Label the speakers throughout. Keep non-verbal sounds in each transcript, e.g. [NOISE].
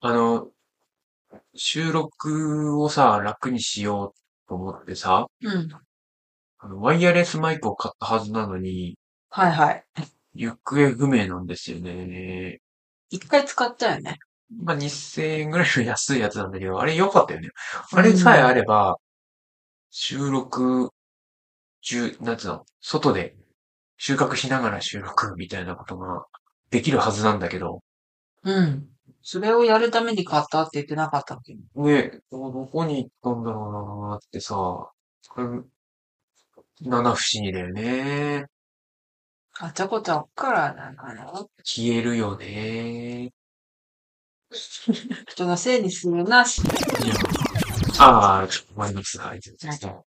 Speaker 1: あの、収録をさ、楽にしようと思ってさ、
Speaker 2: うん。
Speaker 1: あのワイヤレスマイクを買ったはずなのに、
Speaker 2: はいはい。
Speaker 1: 行方不明なんですよね。
Speaker 2: 一回使ったよね。
Speaker 1: まあ、2000円ぐらいの安いやつなんだけど、あれ良かったよね。
Speaker 2: う
Speaker 1: あれさえあ
Speaker 2: ん。
Speaker 1: れば、収録中、なんつうの、外で収穫しながら収録みたいなことができるはずなんだけど、
Speaker 2: うん。それをやるために買ったって言ってなかったっけ
Speaker 1: ね、どこに行ったんだろうなーってさ、うん七不思議だよね。
Speaker 2: 買ったことあっからなのかな。
Speaker 1: 消えるよね。
Speaker 2: 人のせいにするなし。
Speaker 1: いや、ああ、ちょっとマイナスが入ってる。
Speaker 2: はい。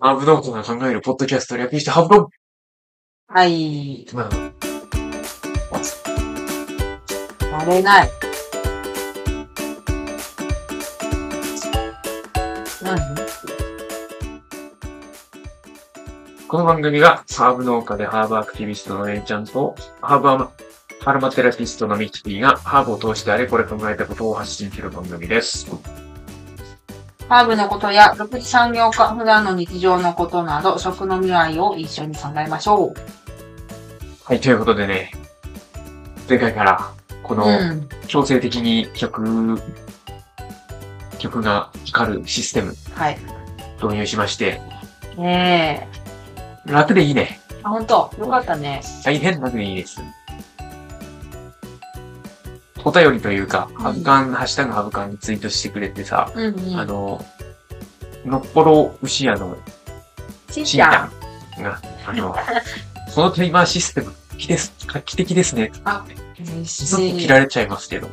Speaker 1: アブノートが考えるポッドキャスト略して半分
Speaker 2: はい。
Speaker 1: まあ、
Speaker 2: やれない。何
Speaker 1: この番組がハーブ農家でハーブアクティビストのエイちゃんと、ハーブアマ、アロマテラピストのミキティがハーブを通してあれこれ考えたことを発信する番組です。
Speaker 2: ハーブのことや、独自産業化、普段の日常のことなど、食の未来を一緒に考えましょ
Speaker 1: はい、ということでね、前回からこ
Speaker 2: う。う
Speaker 1: の
Speaker 2: ん。
Speaker 1: 強制的に曲、曲が光るシステム
Speaker 2: はい。
Speaker 1: 導入しまして、
Speaker 2: ねえ。
Speaker 1: 楽でいいね。
Speaker 2: あ、ほんと。よかったね。
Speaker 1: 大変楽でいいです。お便りというか、
Speaker 2: う
Speaker 1: ハブ
Speaker 2: ん。
Speaker 1: カン、ハッシュタグハブカンにツイートしてくれてさ、
Speaker 2: うんう
Speaker 1: あ
Speaker 2: ん。
Speaker 1: の、のっぽろ牛屋の
Speaker 2: しん
Speaker 1: し
Speaker 2: ち
Speaker 1: ん
Speaker 2: ゃ
Speaker 1: ちゃ
Speaker 2: ん。
Speaker 1: んが、あの、このトリマーシステム、きです画期的ですね。
Speaker 2: あ、嬉
Speaker 1: ズンと
Speaker 2: し
Speaker 1: 切
Speaker 2: い。
Speaker 1: られちゃいますけど、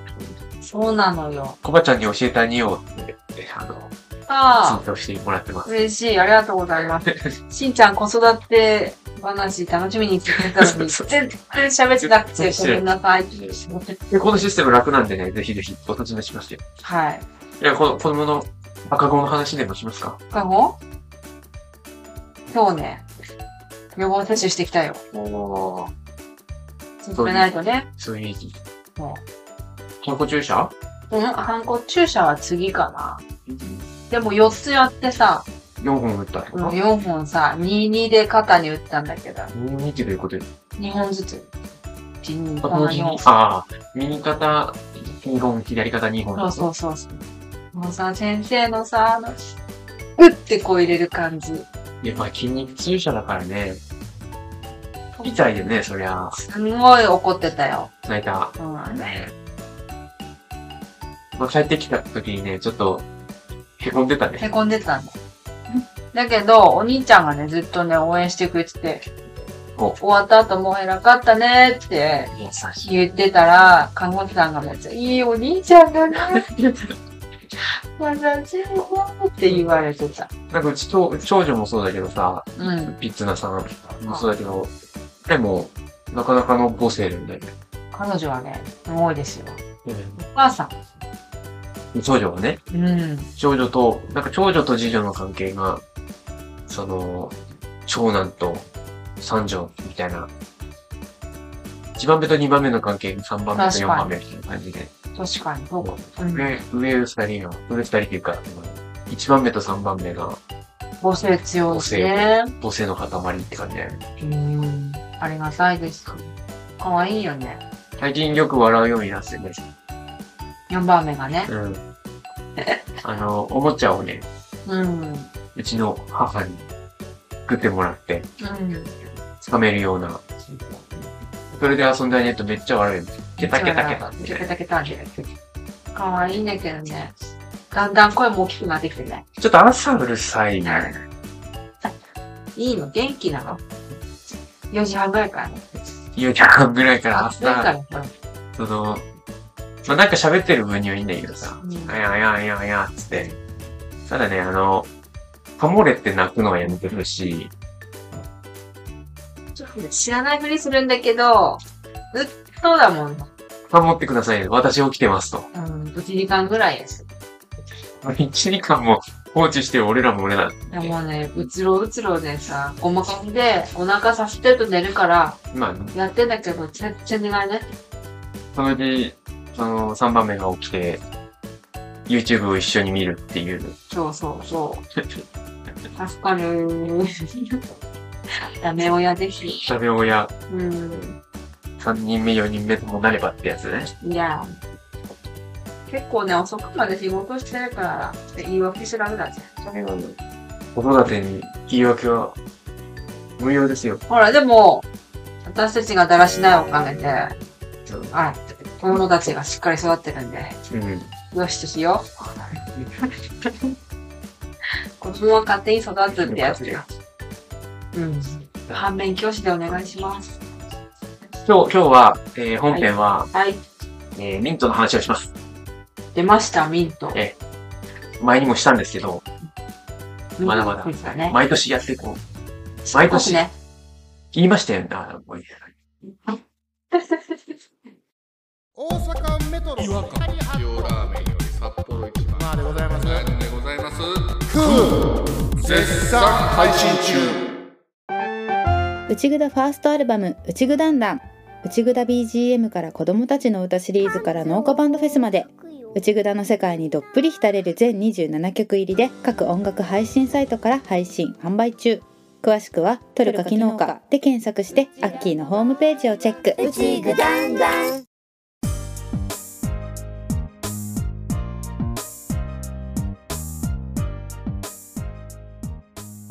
Speaker 2: そうなのよ。
Speaker 1: コバちゃんに教えてあげようって言って、あの、ツイー
Speaker 2: ああ、
Speaker 1: トしてもらってます。
Speaker 2: 嬉しい。ありがとうございます。しんちゃん子育て話楽しみに聞いてたの
Speaker 1: そう
Speaker 2: に、
Speaker 1: そう。
Speaker 2: 全然喋ってなく
Speaker 1: 全然
Speaker 2: て
Speaker 1: し
Speaker 2: ご
Speaker 1: てな
Speaker 2: め
Speaker 1: い
Speaker 2: んなさい。
Speaker 1: でこのシステム楽なんでね、ぜひぜひお尋ねしますよ。
Speaker 2: はい。
Speaker 1: いや、この子供の赤子の話でもしますか
Speaker 2: かごそうね。予防接種してきたよ。
Speaker 1: おー、
Speaker 2: 進
Speaker 1: そう
Speaker 2: め
Speaker 1: い
Speaker 2: な
Speaker 1: う、
Speaker 2: いとね。
Speaker 1: そういう意味。
Speaker 2: も
Speaker 1: 健康注射
Speaker 2: う。うん、ハンコ注射は次かな。
Speaker 1: うん
Speaker 2: でも4つやってさ、
Speaker 1: 4本打ったってこ
Speaker 2: うん、
Speaker 1: と
Speaker 2: 4本さ、22で肩に打ったんだけど、
Speaker 1: ?2 ってどういうこと
Speaker 2: 2本ずつ。1、2、こ
Speaker 1: 同
Speaker 2: の
Speaker 1: 時
Speaker 2: 4
Speaker 1: に、ああ、右肩2本、左肩2本って
Speaker 2: そう
Speaker 1: こ
Speaker 2: そ
Speaker 1: と
Speaker 2: うそうそう。もうさ、先生のさ、あの、うってこう入れる感じ。
Speaker 1: いや、まあ筋肉注射だからね、痛いよね、そりゃ。
Speaker 2: すんごい怒ってたよ。
Speaker 1: 泣いた。
Speaker 2: うん。
Speaker 1: ね。まあ帰ってきた時にね、ちょっと、へこんでたね。
Speaker 2: へこんでたんだ。だけど、お兄ちゃんがね、ずっとね、応援してくれてて、
Speaker 1: お、
Speaker 2: 終わった後もう偉かったねって
Speaker 1: 優し
Speaker 2: 言ってたら、看護師さんがめっちゃ、いいお兄ちゃんだね、
Speaker 1: い。
Speaker 2: 優しいねって言われてた。
Speaker 1: [LAUGHS] なんかうちと、長女もそうだけどさ、
Speaker 2: うん。
Speaker 1: ピッツナさんも
Speaker 2: あ
Speaker 1: そうだけど、彼も、なかなかの母性なんだよね。
Speaker 2: 彼女はね、すごいですよ。
Speaker 1: うん
Speaker 2: お母さ
Speaker 1: 長女はね、
Speaker 2: ん。うん。
Speaker 1: 長女と、なんか長女と次女の関係が、その、長男と三女みたいな、一番目と二番目の関係、三番目と
Speaker 2: 確
Speaker 1: 四
Speaker 2: か
Speaker 1: 番
Speaker 2: に。
Speaker 1: 目みたいな感じで、
Speaker 2: 確かに。そうか
Speaker 1: こ
Speaker 2: う。
Speaker 1: うん上、上二人が、上二人っていうか、一番目と三番目が
Speaker 2: 母性強
Speaker 1: 母
Speaker 2: いし
Speaker 1: 性、
Speaker 2: ね。
Speaker 1: 母性の塊って感じだよね。
Speaker 2: うん。ありがたいです。かわいいよね。
Speaker 1: 最近よく笑うようになってね、
Speaker 2: 4番目がね。
Speaker 1: うん。あの、おもちゃをね、
Speaker 2: うん。うん。
Speaker 1: うちの母に作ってもらって、掴めるような、それで遊んであげるとめっちゃ笑いです。ケタ
Speaker 2: 一応
Speaker 1: ケタケ
Speaker 2: な、
Speaker 1: タみ
Speaker 2: ケ
Speaker 1: たい
Speaker 2: タ
Speaker 1: な。
Speaker 2: ケタケタ。かわいいんだけどね。だんだん声も大きくなってきてね。
Speaker 1: ちょっと朝うるさいな。
Speaker 2: いいの元気なの ?4 時半ぐらいからね。
Speaker 1: 4時半ぐらいから
Speaker 2: 暑いか
Speaker 1: 朝、
Speaker 2: らさ。
Speaker 1: その、まあ、なんか喋ってる分にはいいんだけどさ、
Speaker 2: う
Speaker 1: あ
Speaker 2: ん。
Speaker 1: やあやあやあやっつって。ただね、あの、ハモれて泣くのはやめてほしい。
Speaker 2: ちょっとね知らないふりするんだけど、ずっとだもんね。
Speaker 1: ハモってください。私起きてますと。
Speaker 2: うん、1時間ぐらいです。
Speaker 1: 1時間も放置して俺らも俺らっ
Speaker 2: いや
Speaker 1: て。
Speaker 2: もうね、うつろうつろでさ、ごまかんで、お腹させてると寝るから、
Speaker 1: まあ、
Speaker 2: やってんだけど、全然寝ないね。
Speaker 1: そのうち、その3番目が起きて、YouTube を一緒に見るっていう。
Speaker 2: そうそう [LAUGHS] そう。助かる [LAUGHS] ー。ダメ親ぜひ。
Speaker 1: 食べ親
Speaker 2: うん。
Speaker 1: 3人目、4人目ともなればってやつね。
Speaker 2: いや。結構ね、遅くまで仕事してるから、言い訳しらぐらいじゃん。それは
Speaker 1: 子育てに言い訳は無用ですよ。
Speaker 2: ほら、でも、私たちがだらしないおかげで、
Speaker 1: そう
Speaker 2: はい、子供たちがしっかり育ってるんで、
Speaker 1: うん。 [LAUGHS]
Speaker 2: よしとしよう。子供は勝手に育つってやつよ。うん。反面教師でお願いします。
Speaker 1: 今日、今日は、えー本編は、
Speaker 2: はい。
Speaker 1: えーミントの話をします。
Speaker 2: 出ました、ミント。
Speaker 1: え前にもしたんですけど、
Speaker 2: ミント
Speaker 1: まだまだ
Speaker 2: クイズだね。
Speaker 1: 毎年やってこう。毎
Speaker 2: 少
Speaker 1: 年
Speaker 2: しね。
Speaker 1: 言いましたよね。あもういい
Speaker 3: 大阪メトロ
Speaker 4: 塩ラーメンより札幌一番
Speaker 3: まあでございます
Speaker 4: なんでございます
Speaker 3: クー
Speaker 4: 絶賛配信中
Speaker 5: 内ぐだファーストアルバム「内ぐだんだん」内ぐだ BGM から子どもたちの歌シリーズから農家バンドフェスまで内ぐだの世界にどっぷり浸れる全27曲入りで各音楽配信サイトから配信販売中詳しくは「トルカ機能か」で検索してアッキーのホームページをチェック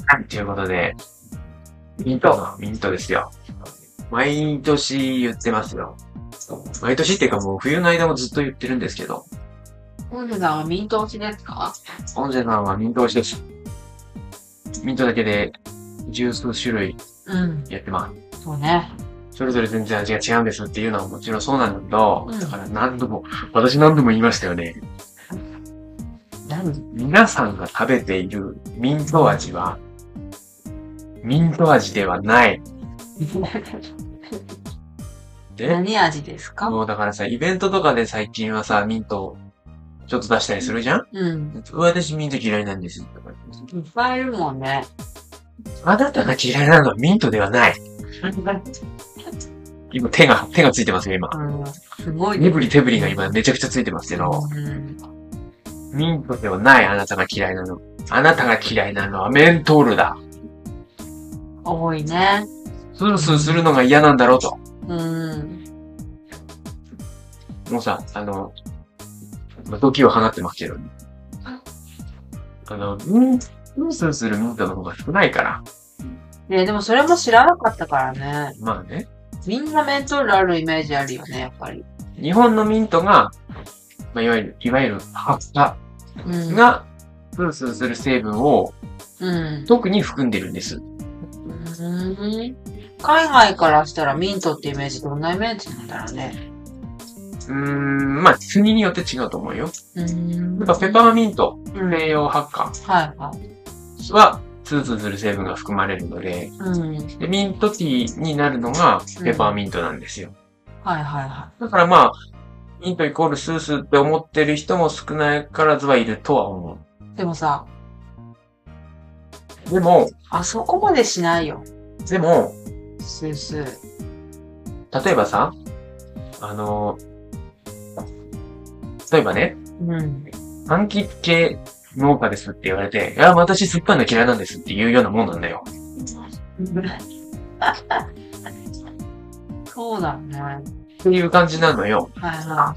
Speaker 1: はいということで、ミント、ミントですよ。毎年言ってますよ。毎年っていうかもう冬の間もずっと言ってるんですけど、
Speaker 2: ウルさんはミント推しですか
Speaker 1: オンジェさんはミント推しです。ミントだけで十数種類
Speaker 2: うん。
Speaker 1: やってます。
Speaker 2: そうね。
Speaker 1: それぞれ全然味が違うんですっていうのはもちろんそうなんだけど、
Speaker 2: うん
Speaker 1: だから何度も、私何度も言いましたよね。
Speaker 2: [LAUGHS] 何
Speaker 1: 皆さんが食べているミント味は、ミント味ではない。で、
Speaker 2: 何味ですか
Speaker 1: もうだからさ、イベントとかで最近はさ、ミントをちょっと出したりするじゃん
Speaker 2: うん。
Speaker 1: 私ミント嫌いなんですとか言って
Speaker 2: いっぱいいるもん
Speaker 1: [LAUGHS]
Speaker 2: ね。
Speaker 1: あなたが嫌いなのはミントではない。今手が、手がついてますよ、今。
Speaker 2: うん。すごい
Speaker 1: 身振り手振りが今めちゃくちゃついてますけど。
Speaker 2: うん
Speaker 1: ミントではないあなたが嫌いなの。あなたが嫌いなのはメントールだ。
Speaker 2: 多いね。
Speaker 1: スルスルするのが嫌なんだろうと。
Speaker 2: うん。
Speaker 1: もうさ、あの、時を放ってますけど。あの、うん、スルスルするミントの方が少ないから。
Speaker 2: ねでもそれも知らなかったからね。
Speaker 1: まあね。
Speaker 2: みんなメントールあるイメージあるよね、やっぱり。
Speaker 1: 日本のミントが、まあ、いわゆる、いわゆる発火
Speaker 2: うん。
Speaker 1: が、スルスルする成分を
Speaker 2: うん。
Speaker 1: 特に含んでるんです。
Speaker 2: うん海外からしたらミントってイメージどんなイメージなんだろうね。
Speaker 1: うーん、まあ、国によって違うと思うよ。
Speaker 2: うん
Speaker 1: やっぱペパーミント、
Speaker 2: うんはい
Speaker 1: 栄養発火
Speaker 2: はい。
Speaker 1: は、ツルツルする成分が含まれるので、
Speaker 2: うん。はい
Speaker 1: で、ミントティーになるのがペパーミントなんですよ。
Speaker 2: はいは
Speaker 1: だからまあ、ミントイコールスースーって思ってる人も少ないからずはいるとは思
Speaker 2: い。でもさ、
Speaker 1: う。でも、
Speaker 2: あそこまでしないよ。
Speaker 1: でも、
Speaker 2: スースー。
Speaker 1: 例えばさ、あの、例えばね、
Speaker 2: うん。 [LAUGHS]
Speaker 1: 柑橘系農家ですって言われて、いや、私酸っぱいの嫌いなんですっていうようなもんなんだよ。
Speaker 2: そうだね。はい
Speaker 1: っていう感じなのよ。
Speaker 2: は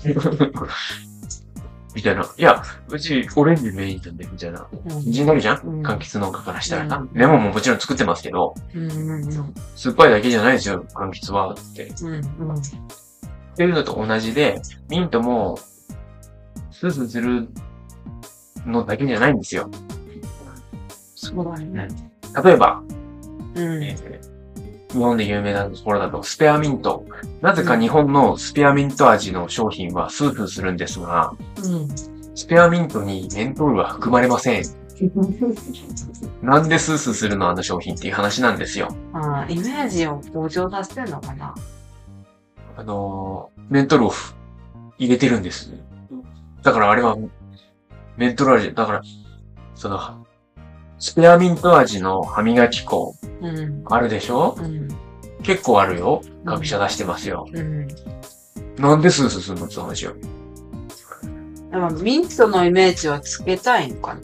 Speaker 1: みたいな。いや、うちオレンジメインなんで、みたいな。
Speaker 2: い。うん
Speaker 1: 感じになるじゃん
Speaker 2: うん
Speaker 1: 柑橘農家からしたら
Speaker 2: う。
Speaker 1: なんレモンももちろん作ってますけど、
Speaker 2: うんうんうん
Speaker 1: 酸っぱいだけじゃないですよ、柑橘は、って。っ
Speaker 2: うんうん
Speaker 1: ていうのと同じで、ミントも、スースーするのだけじゃないんですよ。
Speaker 2: そうだね。
Speaker 1: 例えば、
Speaker 2: うん
Speaker 1: えー日本で有名なところだと、スペアミント。なぜか日本のスペアミント味の商品はスースーするんですが、
Speaker 2: うん。
Speaker 1: スペアミントにメントールは含まれません。なんでスースーするのあの商品っていう話なんですよ。
Speaker 2: あーイメージを膨張させてんのかな
Speaker 1: あのー、メントールを入れてるんです。だからあれは、メントール味、だから、その、スペアミント味の歯磨き粉
Speaker 2: うん。
Speaker 1: あるでしょ
Speaker 2: うん。
Speaker 1: 結構あるよ。学者出してますよ。
Speaker 2: うん。
Speaker 1: なんでスースーするのって話よ。
Speaker 2: でもミントのイメージはつけたいのかな。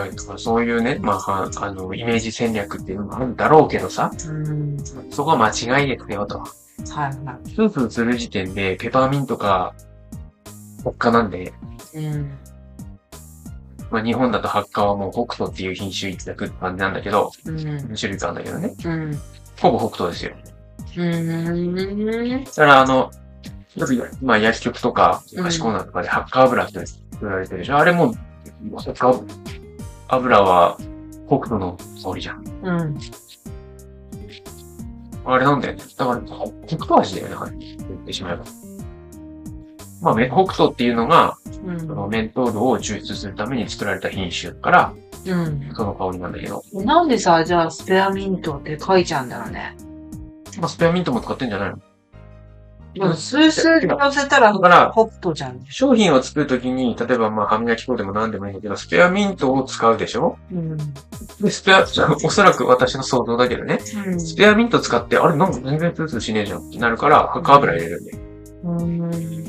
Speaker 1: だからそういうね、まあは、あの、イメージ戦略っていうのもあるんだろうけどさ、
Speaker 2: うん。
Speaker 1: そこは間違いですよと。
Speaker 2: はいは
Speaker 1: スープする時点で、ペパーミントか、発火なんで、
Speaker 2: い。うん。
Speaker 1: まあ日本だと発火はもう北斗っていう品種一択って感じなんだけど、
Speaker 2: うん。
Speaker 1: 種類があるんだけどね。
Speaker 2: うん。
Speaker 1: ほぼ北斗ですよ。
Speaker 2: うん。
Speaker 1: だからあの、よくまあ薬局とか、菓子コーナーとかで発火油って売られてるでしょ。あれも、発火油は北斗の香りじゃん。
Speaker 2: うん。
Speaker 1: あれなんだよね。だから、北斗味だよね、あれ言ってしまえば。まあ、め北斗っていうのが、
Speaker 2: うん
Speaker 1: そのメントールを抽出するために作られた品種だから、
Speaker 2: うん。
Speaker 1: その香りなんだけど。
Speaker 2: なんでさ、じゃあスペアミントって書いちゃうんだろうね。
Speaker 1: まあ、スペアミントも使ってんじゃないの
Speaker 2: でも、数数に乗せたら、
Speaker 1: だから、
Speaker 2: ホットじゃん。
Speaker 1: 商品を作るときに、例えばまあ、歯磨き粉でも何でもいいんだけど、スペアミントを使うでしょ
Speaker 2: うん。
Speaker 1: で、スペア、 [LAUGHS] おそらく私の想像だけどね。スペアミント使って、あれなんか全然ツルツルしねえじゃんってなるから、ハカ油入れるんだよ。
Speaker 2: うん。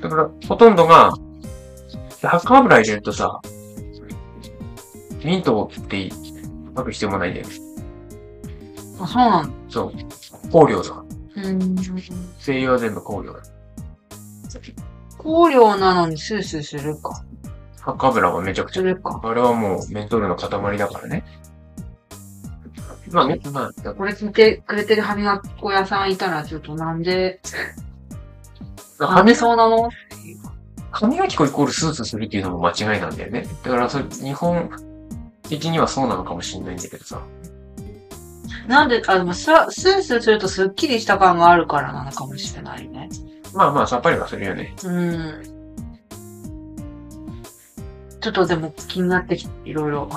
Speaker 1: だから、ほとんどが、ハッカー油入れるとさ、ミントを切って書く必要もないんだよ。
Speaker 2: あ、そうなの
Speaker 1: そう。香料だから。
Speaker 2: うん。
Speaker 1: 精油は全部香料だ。
Speaker 2: 香料なのにスースーするか。
Speaker 1: ハッカー油はめちゃくち
Speaker 2: す
Speaker 1: ゃ。
Speaker 2: るか。
Speaker 1: あれはもうメントールの塊だからね。まあ、ね、まあ、だ
Speaker 2: これ聞いてくれてる歯磨き粉屋さんいたら、ちょっとなんで、
Speaker 1: 歯
Speaker 2: な
Speaker 1: 磨
Speaker 2: んで
Speaker 1: き
Speaker 2: そうなの
Speaker 1: 歯磨き粉イコールスーツするっていうのも間違いなんだよね。だから、それ、日本的にはそうなのかもしれないんだけどさ。
Speaker 2: なんで、あ、でもさ、スースーするとスッキリした感があるからなのかもしれないね。
Speaker 1: まあまあ、さっぱりはするよね。
Speaker 2: うん。ちょっとでも気になってきて、いろいろ。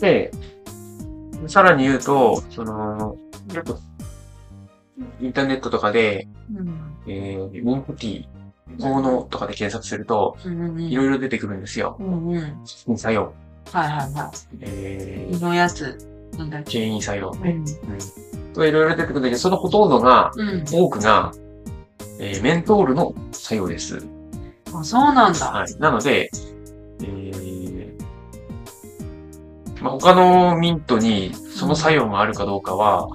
Speaker 1: で、さらに言うと、その、インターネットとかで、
Speaker 2: うん。
Speaker 1: えー、ミンクティー、効能とかで検索すると、
Speaker 2: うん。
Speaker 1: いろいろ出てくるんですよ。
Speaker 2: うんうん。
Speaker 1: チキン作用、
Speaker 2: はいはいは
Speaker 1: え
Speaker 2: い。胃のやつ、なんだっ
Speaker 1: ー、
Speaker 2: け。
Speaker 1: チェイン作用
Speaker 2: う
Speaker 1: ね。
Speaker 2: ん。
Speaker 1: とかいろいろ出てくるんだけど、そのほとんどが、
Speaker 2: うん。
Speaker 1: 多くが、えー、メントールの作用です。
Speaker 2: あ、そうなんだ。
Speaker 1: はい。なので、えー、まあ、他のミントにその作用があるかどうかは、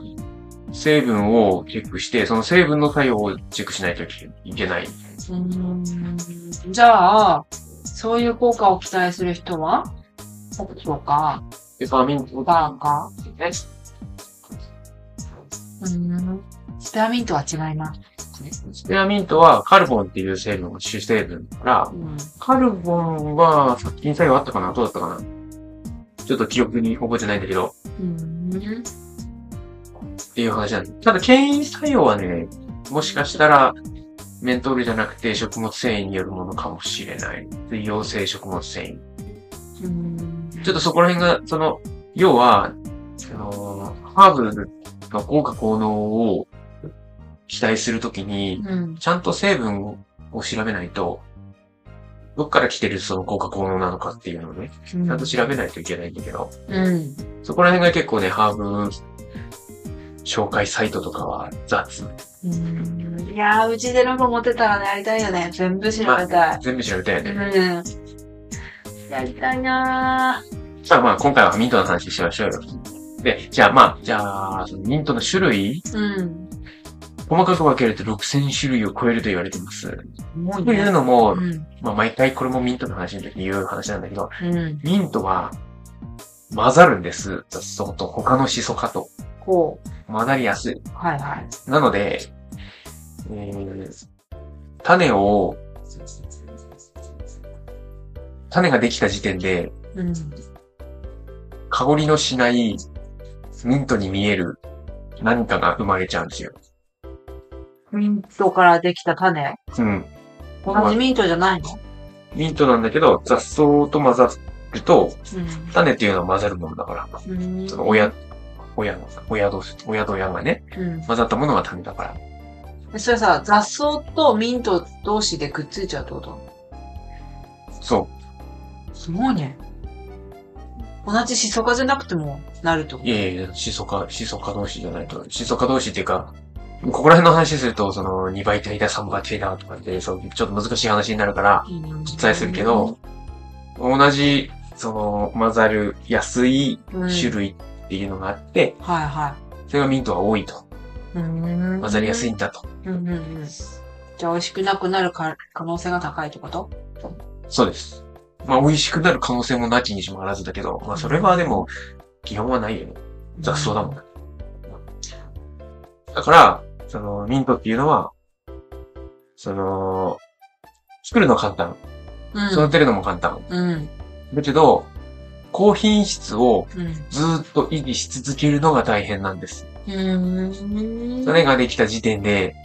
Speaker 1: 成分をチェックして、その成分の作用をチェックしないといけない。
Speaker 2: うん。じゃあ、そういう効果を期待する人は、北斗か、
Speaker 1: ペパーミントだ
Speaker 2: バーか、
Speaker 1: ね。
Speaker 2: うん。スペアミントは違います。
Speaker 1: スペアミントはカルボンっていう成分、主成分だから、
Speaker 2: うん。
Speaker 1: カルボンは殺菌作用あったかなどうだったかなちょっと記憶に覚えてないんだけど、
Speaker 2: うん。
Speaker 1: っていう話なんです。ただ、牽引作用はね、もしかしたら、メントールじゃなくて食物繊維によるものかもしれない。水溶性食物繊
Speaker 2: うん。
Speaker 1: 維。ちょっとそこら辺が、その、要は、あのハーブの効果効能を期待するときに、
Speaker 2: うん。
Speaker 1: ちゃんと成分を調べないと、どっから来てるその効果効能なのかっていうのをね、
Speaker 2: う
Speaker 1: ちゃ
Speaker 2: ん
Speaker 1: んと調べないといけないんだけど、
Speaker 2: うん。
Speaker 1: そこら辺が結構ね、ハーブ紹介サイトとかは雑。
Speaker 2: うんいやー、うちでロゴ持ってたらね、やりたいよね。全部調べたい。
Speaker 1: 全部調べたいよね。
Speaker 2: うん。やりたいな
Speaker 1: さあまあ、今回はミントの話しましょうよ。で、じゃあまあ、じゃあ、そのミントの種類、
Speaker 2: ー。うん。
Speaker 1: 細かく分けると6000種類を超えると言われています。
Speaker 2: も
Speaker 1: というのも、
Speaker 2: うん。
Speaker 1: まあ毎回これもミントの話の時に言う話なんだけど、
Speaker 2: うん。
Speaker 1: ミントは混ざるんです。雑草と他のシソ科と。
Speaker 2: こ
Speaker 1: 混ざりやすい。
Speaker 2: う。はいはい。
Speaker 1: なので、えー種を、種ができた時点で、
Speaker 2: うん。
Speaker 1: 香りのしない、ミントに見える何かが生まれちゃうんですよ。
Speaker 2: ミントからできた種。
Speaker 1: うん。
Speaker 2: 同じミントじゃないの
Speaker 1: ミントなんだけど、雑草と混ざると、
Speaker 2: う
Speaker 1: 種っていうのは混ざるものだから、
Speaker 2: ん。うん
Speaker 1: その親、親の、親同士、親と親がね、
Speaker 2: うん
Speaker 1: 混ざったものが種だから。
Speaker 2: で。それさ、雑草とミント同士でくっついちゃうってこと
Speaker 1: そ
Speaker 2: すごいね。同じシソ科じゃなくてもなると
Speaker 1: う。い。やいや、シソ科、シソ科同士じゃないと、シソ科同士っていうか、ここら辺の話すると、その、2倍体だ、3倍体だとかって、そう、ちょっと難しい話になるから、伝えするけど、同じ、その、混ざる安い
Speaker 2: うん
Speaker 1: 種類っていうのがあって、
Speaker 2: はいは
Speaker 1: それがミントは多いと。
Speaker 2: い。うん
Speaker 1: 混ざりやすいんだと。
Speaker 2: うんうんうん。じゃあ美味しくなくなるか可能性が高いってこと
Speaker 1: そうです。まあ、美味しくなる可能性もなきにしもあらずだけど、まあ、それはでも、基本はないよね。雑草だもん。だから、その、ミントっていうのは、その、作るのは簡単。
Speaker 2: うん。
Speaker 1: 育てるのも簡単。
Speaker 2: うん。
Speaker 1: だけど、高品質を
Speaker 2: うん。
Speaker 1: ずーっと維持し続けるのが大変なんです。
Speaker 2: うん。
Speaker 1: それができた時点で、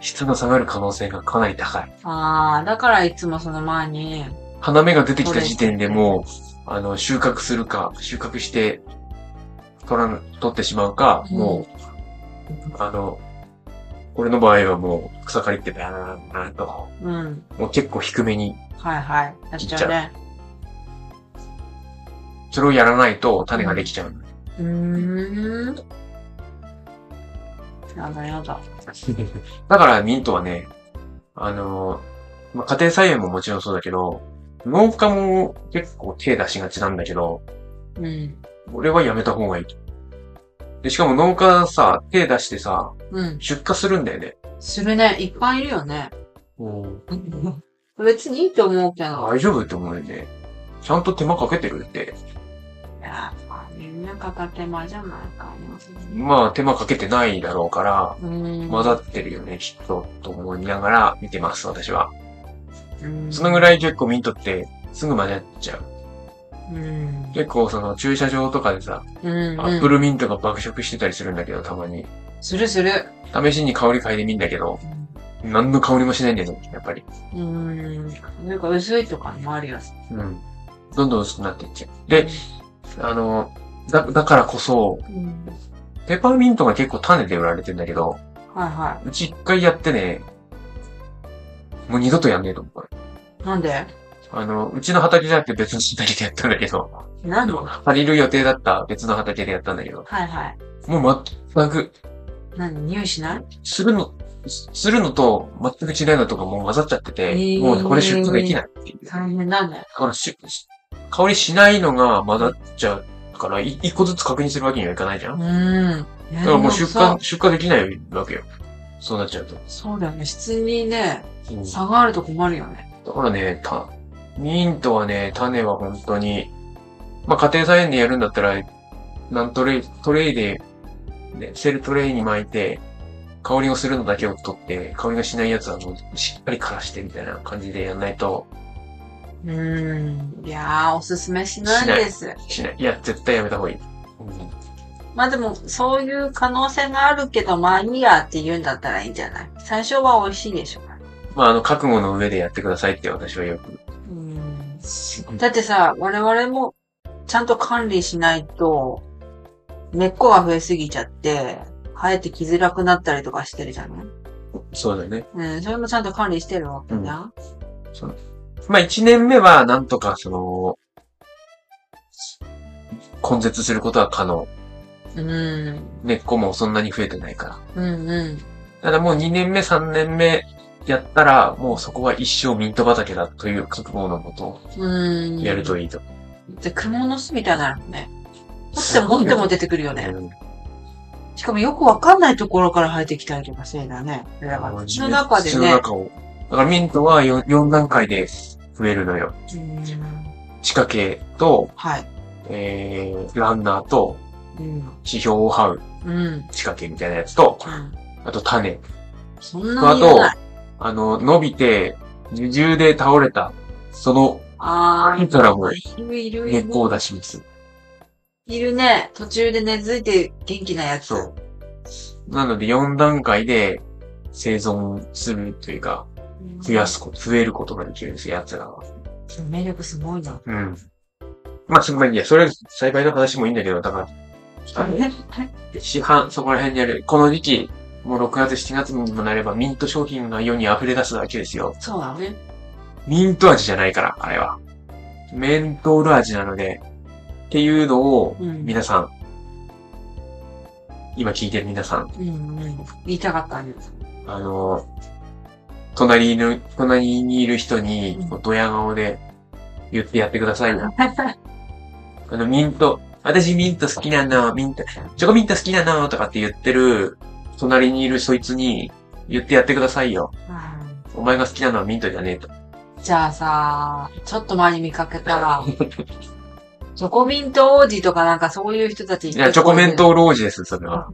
Speaker 1: 質が下がる可能性がかなり高い。
Speaker 2: ああ、だからいつもその前に、
Speaker 1: 花芽が出てきた時点でもう、あの、収穫するか、収穫して、取らん、取ってしまうか、
Speaker 2: うん
Speaker 1: もう、あの、俺の場合はもう、草刈りってだなーなーと、
Speaker 2: うん。
Speaker 1: もう結構低めに、
Speaker 2: はいはい。やっちゃうね。
Speaker 1: それをやらないと種ができちゃう。
Speaker 2: うーん。やだやだ。
Speaker 1: だからミントはね、あの、まあ、家庭菜園ももちろんそうだけど、農家も結構手出しがちなんだけど、
Speaker 2: うん。
Speaker 1: 俺はやめた方がいいと。で、しかも農家さ、手出してさ、
Speaker 2: うん。
Speaker 1: 出荷するんだよね。
Speaker 2: するね。いっぱいいるよね。
Speaker 1: うん。
Speaker 2: 別にいいと思うけど。
Speaker 1: 大丈夫って思うよね。ちゃんと手間かけてるって。
Speaker 2: やっぱみんな片手間じゃないかな。
Speaker 1: まあ、手間かけてないだろうから、
Speaker 2: うん。
Speaker 1: 混ざってるよね、きっと、と思いながら見てます、私は。
Speaker 2: うん、
Speaker 1: そのぐらい結構ミントって、すぐ混ざっちゃう。
Speaker 2: うん。
Speaker 1: 結構その駐車場とかでさ、
Speaker 2: うん。
Speaker 1: アップルミントが爆食してたりするんだけど、たまに。
Speaker 2: するする。
Speaker 1: 試しに香り嗅いでみんだけど、何の香りもしないんだよね、やっぱり。
Speaker 2: うん。なんか薄いとかもあるよ。
Speaker 1: うん。どんどん薄くなっていっちゃう。で、あの、だ、だからこそ、
Speaker 2: うん。
Speaker 1: ペーパーミントが結構種で売られてんだけど、
Speaker 2: はいは
Speaker 1: うち一回やってね、もう二度とやんねえと思うから。
Speaker 2: い。なんで
Speaker 1: あの、うちの畑じゃなくて別の畑でやったんだけど、 [LAUGHS]
Speaker 2: なんのは
Speaker 1: 借りる予定だった別の畑でやったんだけど、
Speaker 2: いはい。
Speaker 1: もう全く、
Speaker 2: 何匂いしない
Speaker 1: するの、すするのと全く違うのとかもう混ざっちゃってて、
Speaker 2: ー
Speaker 1: もうこれ出荷できないっていう。
Speaker 2: 大変だね。
Speaker 1: だからし、し香りしないのが混ざっちゃうから、い一個ずつ確認するわけにはいかないじゃ。
Speaker 2: うん
Speaker 1: だ
Speaker 2: ん。だ
Speaker 1: からもう出荷、出荷できないわけよ。そうなっちゃうと。
Speaker 2: そうだよね。質にね、
Speaker 1: うんだ
Speaker 2: 差があると困るよね。
Speaker 1: からね、た、ミントはね、種は本当に、まあ、家庭菜園でやるんだったら、なんトレイ、トレイで、ね、セルトレイに巻いて、香りをするのだけを取って、香りがしないやつはもうしっかり枯らしてみたいな感じでやんないと、
Speaker 2: うん。いやー、おすすめしないです。
Speaker 1: しない。いや、絶対やめた方がいい。うん
Speaker 2: まあでも、そういう可能性があるけど、まあいいやって言うんだったらいいんじゃない最初は美味しいでしょ。
Speaker 1: まあ、あの、覚悟の上でやってくださいって私はよく。
Speaker 2: うん。だってさ、我々もちゃんと管理しないと、根っこが増えすぎちゃって、生えてきづらくなったりとかしてるじゃない
Speaker 1: そうだよね。
Speaker 2: うん、それもちゃんと管理してるわけじゃん。
Speaker 1: まあ、1年目は、なんとか、その、根絶することは可能。
Speaker 2: うん、
Speaker 1: 根っこもそんなに増えてないから。
Speaker 2: うん、うん。
Speaker 1: ただもう2年目、3年目やったら、もうそこは一生ミント畑だという覚悟のことを
Speaker 2: うん。
Speaker 1: やるといいと。
Speaker 2: で、蜘蛛の巣みたいになるのね。掘っても掘っても出てくるよね。
Speaker 1: うん
Speaker 2: しかもよくわかんないところから生えてきたりとかするんだね。だから土の中で
Speaker 1: 土の
Speaker 2: ね。
Speaker 1: 中を。だからミントは 4, 段階で増えるのよ。
Speaker 2: うん
Speaker 1: 地下茎と、
Speaker 2: はい。
Speaker 1: えー、ランナーと、
Speaker 2: うん。
Speaker 1: 地表を這う
Speaker 2: うん。うん。
Speaker 1: 地下茎みたいなやつと、あと種。
Speaker 2: そんなにいらない。
Speaker 1: あの、伸びて、二重で倒れた、その
Speaker 2: ああ。
Speaker 1: いたらもう
Speaker 2: いるいるい
Speaker 1: 根っ
Speaker 2: る。
Speaker 1: こを出します。
Speaker 2: いるね。途中で根付いて元気なやつ。
Speaker 1: そう。なので4段階で生存するというか、
Speaker 2: うん
Speaker 1: 増やすこと、増えることができるんですよ、奴らは。
Speaker 2: 魅力すごいな。
Speaker 1: うん。まあ、すごい、いや、それ、栽培の話もいいんだけど、だから、あの
Speaker 2: ね
Speaker 1: 市販、そこら辺にある、この時期、もう6月、7月にもなれば、ミント商品が世に溢れ出すわけですよ。
Speaker 2: そうだね。
Speaker 1: ミント味じゃないから、あれは。メントール味なので、っていうのを、
Speaker 2: うん
Speaker 1: 皆さん、今聞いてる皆さん、
Speaker 2: うんうん。言いたかったんです。
Speaker 1: あの、隣にいる、隣にいる人に
Speaker 2: うん、
Speaker 1: こうドヤ顔で言ってやってくださいな。あの、ミント、私ミント好きなの、ミント、チョコミント好きなの、とかって言ってる、隣にいるそいつに言ってやってくださいよ。
Speaker 2: う
Speaker 1: お
Speaker 2: ん
Speaker 1: 前が好きなのはミントじゃねえと。
Speaker 2: じゃあさ、ちょっと前に見かけ
Speaker 1: [LAUGHS]
Speaker 2: たら、チョコミント王子とかなんかそういう人たちい
Speaker 1: いや、チョコメン。トロージです、それ [LAUGHS] は。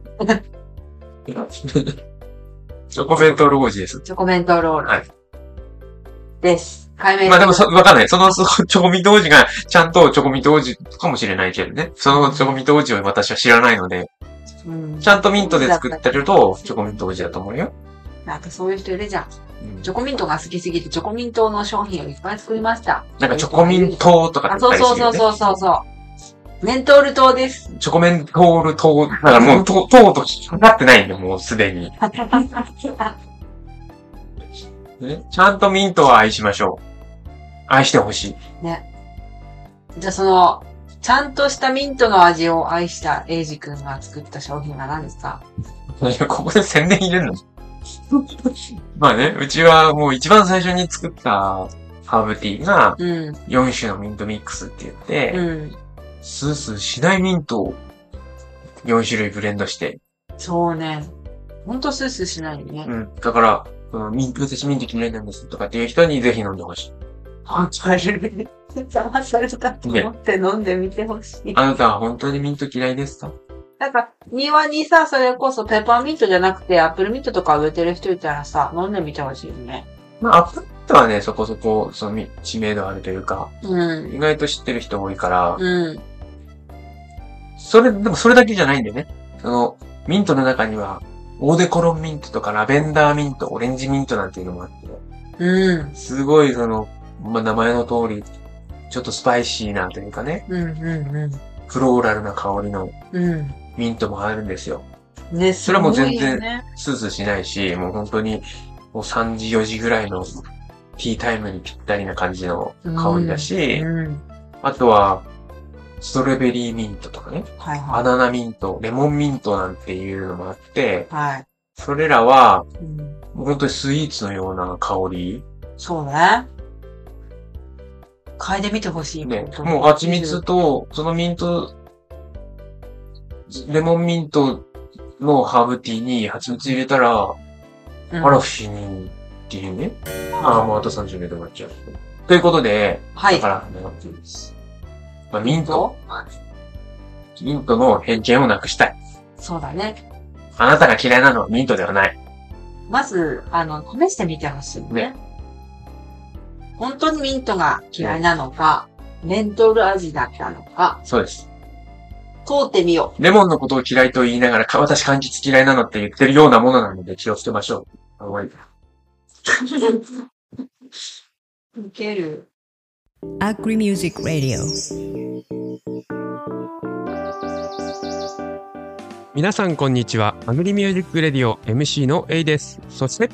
Speaker 1: チョコメントロージです。
Speaker 2: チョコメントロール。
Speaker 1: はい
Speaker 2: です。解明
Speaker 1: まあでもそ、わかんない。その、そのチョコミント王子が、ちゃんとチョコミント王子かもしれないけどね。そのチョコミント王子を私は知らないので、
Speaker 2: うん
Speaker 1: ちゃんとミントで作ってると、チョコミント王子だと思うよ。
Speaker 2: なんかそういう人いるじゃん。
Speaker 1: うん
Speaker 2: チョコミントが好きすぎて、チョコミントの商品をいっぱい作りました。
Speaker 1: なんかチョコミントとか
Speaker 2: あ、
Speaker 1: って言っ
Speaker 2: そう
Speaker 1: たり
Speaker 2: そう
Speaker 1: する
Speaker 2: そ
Speaker 1: よ
Speaker 2: う
Speaker 1: ね。
Speaker 2: そうそうそう。メントール糖です。
Speaker 1: チョコメントール糖、だからもう、糖糖となってないんだよ、もうすで
Speaker 2: [LAUGHS]
Speaker 1: に。ねちゃんとミントは愛しましょう。愛してほしい。
Speaker 2: じゃあその、ちゃんとしたミントの味を愛したエイジ君が作った商品は何ですか
Speaker 1: いやここで宣伝入れる
Speaker 2: [LAUGHS]
Speaker 1: のまあね、うちはもう一番最初に作ったハーブティーが
Speaker 2: うん。
Speaker 1: 4種のミントミックスって言って、
Speaker 2: うん。
Speaker 1: スースーしないミントを4種類ブレンドして。
Speaker 2: そうね。ほんとスースーしないよね。
Speaker 1: うん。だから、このミント、私ミント嫌いなんですとかっていう人にぜひ飲んでほしい。
Speaker 2: 本当に。騙されたと思って飲んでみてほしい。
Speaker 1: あなたは本当にミント嫌いですか
Speaker 2: なんか、庭にさ、それこそペーパーミントじゃなくて、アップルミントとか植えてる人いたらさ、飲んでみてほしいよね。
Speaker 1: まあ、アップとはね、そこそこ、そのみ知名度あるというか、
Speaker 2: うん。
Speaker 1: 意外と知ってる人多いから、
Speaker 2: うん。
Speaker 1: それ、でもそれだけじゃないんだよね。その、ミントの中には、オーデコロンミントとかラベンダーミント、オレンジミントなんていうのもあって、
Speaker 2: うん。
Speaker 1: すごいその、まあ、名前の通り、ちょっとスパイシーなというかね、
Speaker 2: うん。うん。
Speaker 1: フローラルな香りの
Speaker 2: うん。
Speaker 1: ミントもあるんですよ。
Speaker 2: うん。ね、
Speaker 1: それはもう全然
Speaker 2: すごいよね
Speaker 1: スースーしないし、もう本当に、もう3時4時ぐらいのティータイムにぴったりな感じの香りだし、
Speaker 2: うん。
Speaker 1: あとは、ストロベリーミントとかね、
Speaker 2: はい
Speaker 1: バ
Speaker 2: は
Speaker 1: ナナミント、レモンミントなんていうのもあって、
Speaker 2: い。はい。
Speaker 1: それらは、
Speaker 2: うん
Speaker 1: もう本当にスイーツのような香り。
Speaker 2: そうね。嗅いでみてほしい。
Speaker 1: ね
Speaker 2: 本当、に
Speaker 1: もう蜂蜜。と、そのミント、レモンミントのハーブティーに蜂蜜入れたら、
Speaker 2: うん
Speaker 1: あら不思議っていうね。ああ、もうあと30秒で終わっちゃう。ということで、
Speaker 2: は
Speaker 1: だ
Speaker 2: い
Speaker 1: か。ら、なんていうんです。まあ、ミントミントの偏見をなくしたい。
Speaker 2: そうだね。
Speaker 1: あなたが嫌いなのはミントではない。
Speaker 2: まず、あの、試してみてほしいね
Speaker 1: ね。
Speaker 2: 本当にミントが嫌いなのか、メントール味だったのか、
Speaker 1: そうです。
Speaker 2: 通ってみよ
Speaker 1: レモンのことを嫌いと言いながら、か私柑橘嫌いなのって言ってるようなものなので気をつけましょう。あまり
Speaker 2: う。 [LAUGHS] 受ける。
Speaker 6: Agri Music Radio.
Speaker 7: 皆さんこんにちはアグリミュージックレディオ MC の A ですそして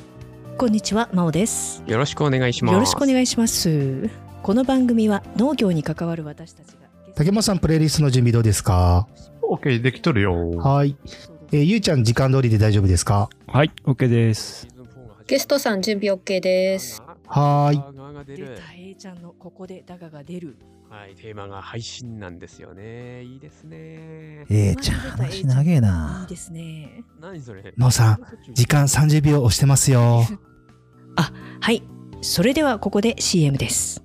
Speaker 6: こんにちは、まおです。
Speaker 7: よろしくお願いします
Speaker 6: よろしくお願いします。この番組は農業に関わる私たちが。
Speaker 8: 竹本さん、プレイリストの準備どうですか
Speaker 9: OK、できとるよ。
Speaker 8: はい。えーゆうちゃん、時間通りで大丈夫ですか
Speaker 10: はい、OK です。
Speaker 11: ゲストさん準備 OK です。
Speaker 8: はーい
Speaker 7: ー
Speaker 6: 出
Speaker 7: い
Speaker 6: た、えいちゃんのここでダガが出る。
Speaker 7: はいテーマが配信なんですよねいいですね
Speaker 8: ?A
Speaker 6: えいい。ですね。
Speaker 7: 何それ
Speaker 8: のうさん時間30秒押してますよ。
Speaker 6: はい。それではここで CM です。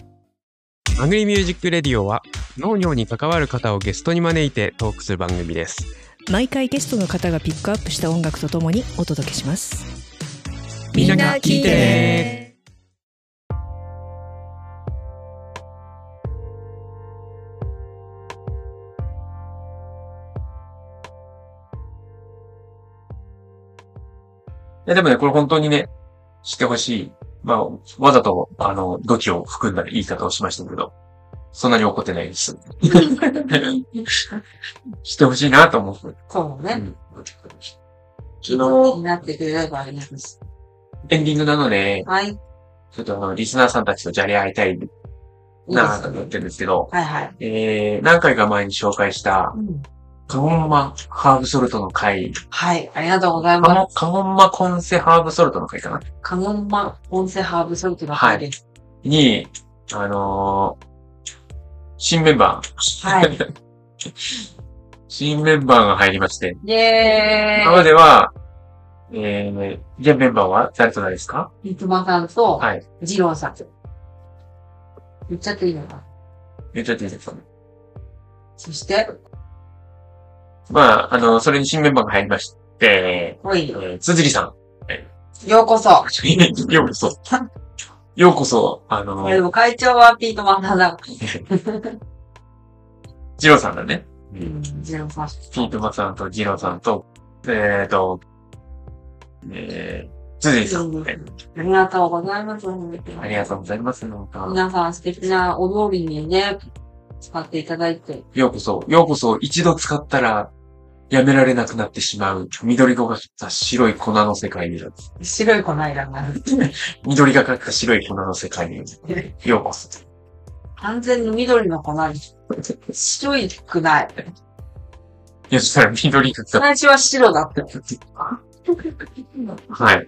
Speaker 7: アグリミュージックレディオは農業に関わる方をゲストに招いてトークする番組です
Speaker 6: 毎回ゲストの方がピックアップした音楽とともにお届けします。
Speaker 7: みんなが聞いてね
Speaker 1: いやでもね、これ本当にね、してほしい。まあ、わざと、あの、土器を含んだ言い方をしましたけど、そんなに怒ってない [LAUGHS] です。してほしいなと思って。
Speaker 2: そう
Speaker 1: う
Speaker 2: ね。
Speaker 1: ん
Speaker 2: 気になってくれればいいです。
Speaker 1: エンディングなので、
Speaker 2: はい。いい
Speaker 1: ちょっとあの、リスナーさんたちとじゃれ合いたい
Speaker 2: です
Speaker 1: なと思ってるんですけど、
Speaker 2: はいはい。
Speaker 1: えー、何回か前に紹介した、
Speaker 2: うん
Speaker 1: カゴンマハーブソルトの回。
Speaker 2: はい、ありがとうござい
Speaker 1: カゴ
Speaker 2: ま
Speaker 1: ンカゴンマコンセハーブソルトの回かな
Speaker 2: す。カモンマ温泉ハーブソルトの回です。
Speaker 1: に、あのー新メンバー。
Speaker 2: はい。
Speaker 1: [LAUGHS] 新メンバーが入りまして、
Speaker 2: イェ
Speaker 1: 今ま
Speaker 2: ーイ
Speaker 1: では、えー、現メンバーは誰と誰ですか
Speaker 2: 三つまさんと、
Speaker 1: はい。
Speaker 2: 二郎さん。言っちゃっていいのかな
Speaker 1: 言っちゃっていいですかね。
Speaker 2: そして、
Speaker 1: まあ、あの、それに新メンバーが入りまして、
Speaker 2: おい
Speaker 1: え、ー、つづりさ
Speaker 2: ようこそ。
Speaker 1: ん。 [LAUGHS] ようこそ。ようこそ、あの
Speaker 2: これで、も会長はピートマンだな。
Speaker 1: ジローさんだね。
Speaker 2: うん二郎さん。
Speaker 1: ピートマさんとジローさんと、えーと、えー、つづりさん。
Speaker 2: うん
Speaker 1: え
Speaker 2: ありがとうございます。
Speaker 1: ありがとうございます。なんか
Speaker 2: 皆さん素敵なお料理にね、使っていただいて。
Speaker 1: ようこそ、ようこそ一度使ったらやめられなくなってしまう緑がかった白い粉の世界に、
Speaker 2: 白い粉いらない。
Speaker 1: 緑がかった白い粉の世界に、ようこそ。
Speaker 2: 完全に緑の粉 [LAUGHS] に。白いくない。
Speaker 1: よそしたら緑がかっ
Speaker 2: 最初は白だった。
Speaker 1: た。はい。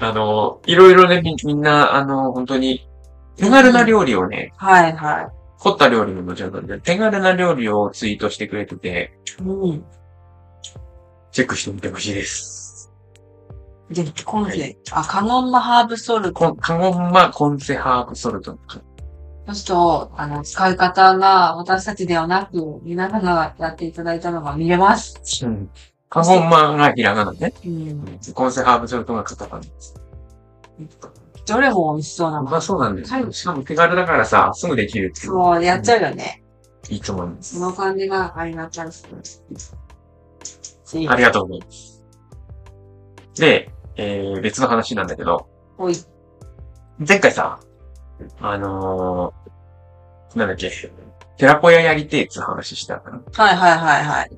Speaker 1: あの、いろいろね、みみんな、あの、本当に、手軽な料理をね、
Speaker 2: はいは
Speaker 1: 凝った料理ももちろんなんで、手軽な料理をツイートしてくれてて、
Speaker 2: い。うん。
Speaker 1: チェックしてみてほしいです。
Speaker 2: で、今世、あ、カゴンマハーブソルト。
Speaker 1: こんカゴンマコンセハーブソルト。
Speaker 2: そうすると、あの、使い方が私たちではなく、皆さんがやっていただいたのが見れます。
Speaker 1: うん。カゴンマがひらがなね。
Speaker 2: うん。
Speaker 1: コンセハーブソルトが買った感じです。
Speaker 2: どれも美味しそうなも
Speaker 1: ま
Speaker 2: の。
Speaker 1: あそうなんですよ。
Speaker 2: はい
Speaker 1: しかも手軽だからさ、すぐできるっていうの
Speaker 2: そう、やっちゃうよね。
Speaker 1: いいと思います。
Speaker 2: その感じがありがたいです。いい
Speaker 1: ありがとうございます。で、えー、別の話なんだけど、
Speaker 2: おい。
Speaker 1: 前回さ、あのー、なんだっけ、寺子屋やりてえっつう話してたから。
Speaker 2: はいはいはいはい。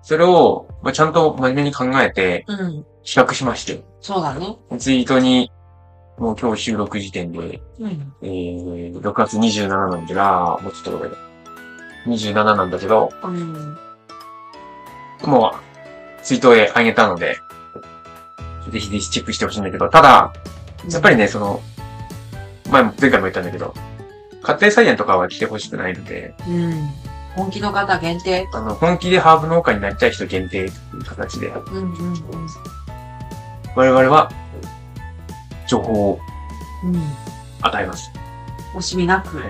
Speaker 1: それを、まあ、ちゃんと真面目に考えて、
Speaker 2: うん。
Speaker 1: 比較しまして、
Speaker 2: そうだね。
Speaker 1: ツイートに、もう今日収録時点で、
Speaker 2: うん。
Speaker 1: えー、6月27なんだが、もうちょっとごめん。27なんだけど、
Speaker 2: うん。
Speaker 1: もう、ツイートへあげたので、ぜひぜひチェックしてほしいんだけど、ただ、やっぱりね、その、前も、前回も言ったんだけど、家庭菜園とかは来てほしくないので、
Speaker 2: うん。本気の方限定。
Speaker 1: あの、本気でハーブ農家になりたい人限定という形で、
Speaker 2: うんうんうん。
Speaker 1: 我々は、情報を
Speaker 2: うん。
Speaker 1: 与えます。
Speaker 2: 惜しみなく。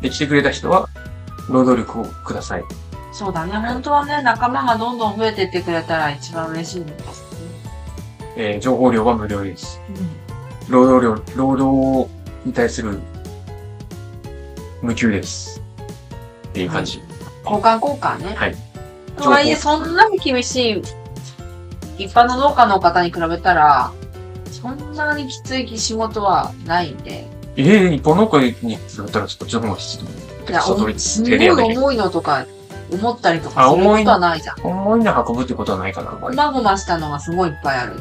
Speaker 1: で、来てくれた人は、労働力をください。
Speaker 2: そうだね。本当はね、仲間がどんどん増えていってくれたら一番嬉しいんですけどね。
Speaker 1: えー情報量は無料です。
Speaker 2: うん。
Speaker 1: 労働量、労働に対する、無給です。っていう感じ。
Speaker 2: 交換交換ね。
Speaker 1: はい。
Speaker 2: とはいえ、そんなに厳しい、一般の農家の方に比べたら、そんなにきつい仕事はないんで。
Speaker 1: ええ一本の声にするったら、ちょっとこっちの方が必
Speaker 2: い
Speaker 1: 要
Speaker 2: や、
Speaker 1: だ。
Speaker 2: おすごい重いのとか、思ったりとか
Speaker 1: あ
Speaker 2: するこ
Speaker 1: 重い
Speaker 2: と
Speaker 1: の
Speaker 2: はないじゃん。
Speaker 1: 重いの運ぶってことはないかな、こ
Speaker 2: ご
Speaker 1: れ。
Speaker 2: まごましたのがすごいいっぱいある。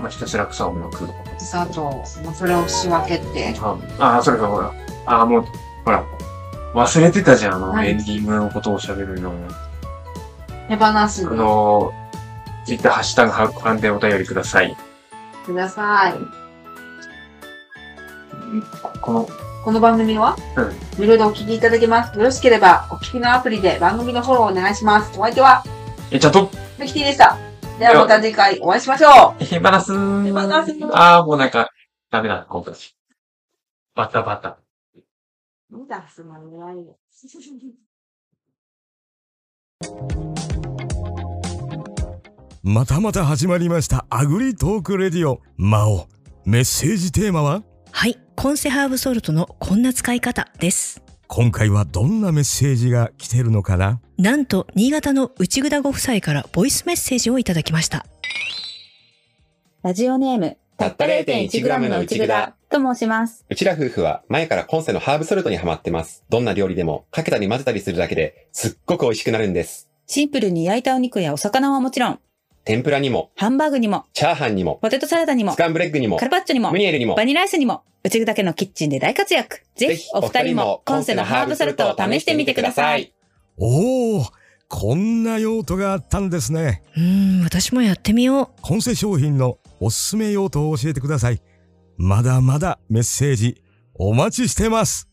Speaker 1: まあ、ひたすら草をむく。
Speaker 2: さあと、もうそれを仕分けて。
Speaker 1: ああ、それか、ほら。ああ、もう、ほら。忘れてたじゃん、あの、
Speaker 2: はい
Speaker 1: エンディングのことを喋るの。
Speaker 2: 手放す
Speaker 1: あ
Speaker 2: の
Speaker 1: の、ツイッター、ハッシュタグ、ハッカンでお便りください。
Speaker 2: ください。
Speaker 1: この、
Speaker 2: この番組は、
Speaker 1: うん
Speaker 2: 無料でお聞きいただけます。よろしければ、お聞きのアプリで番組のフォローお願いします。お相手は、
Speaker 1: え、ちゃんと、
Speaker 2: ルキティでした。ではまた次回お会いしましょう
Speaker 1: 手放すー。
Speaker 2: 手放す
Speaker 1: ああ、もうなんか、ダメだ、今回。バタバタ。
Speaker 2: 無駄すまないよ。
Speaker 10: またまた始まりましたアグリトークレディオ魔王メッセージテーマは
Speaker 6: はい、コンセハーブソルトのこんな使い方です。
Speaker 10: 今回はどんなメッセージが来てるのかな
Speaker 6: なんと新潟の内ぐだご夫妻からボイスメッセージをいただきました。
Speaker 5: ラジオネーム、
Speaker 12: たった 0.1g の内蔵
Speaker 5: と申します。
Speaker 12: うちら夫婦は前からコンセのハーブソルトにハマってます。どんな料理でもかけたり混ぜたりするだけですっごく美味しくなるんです。
Speaker 5: シンプルに焼いたお肉やお魚はもちろん、
Speaker 12: 天ぷらにも、
Speaker 5: ハンバーグにも、
Speaker 12: チャーハンにも、
Speaker 5: ポテトサラダにも
Speaker 12: ス、カンブレッグにも
Speaker 5: カル、パッチョにも、
Speaker 12: ムニエルにも
Speaker 5: バニラアイスにも、うちぐだけのキッチンで大活躍。ぜひ、お二人も、コンセのハーブソルトを試してみてください。
Speaker 10: おお、こんな用途があったんですね。
Speaker 6: うーん、私もやってみよう。
Speaker 10: コンセ商品のおすすめ用途を教えてください。まだまだメッセージお待ちしてます。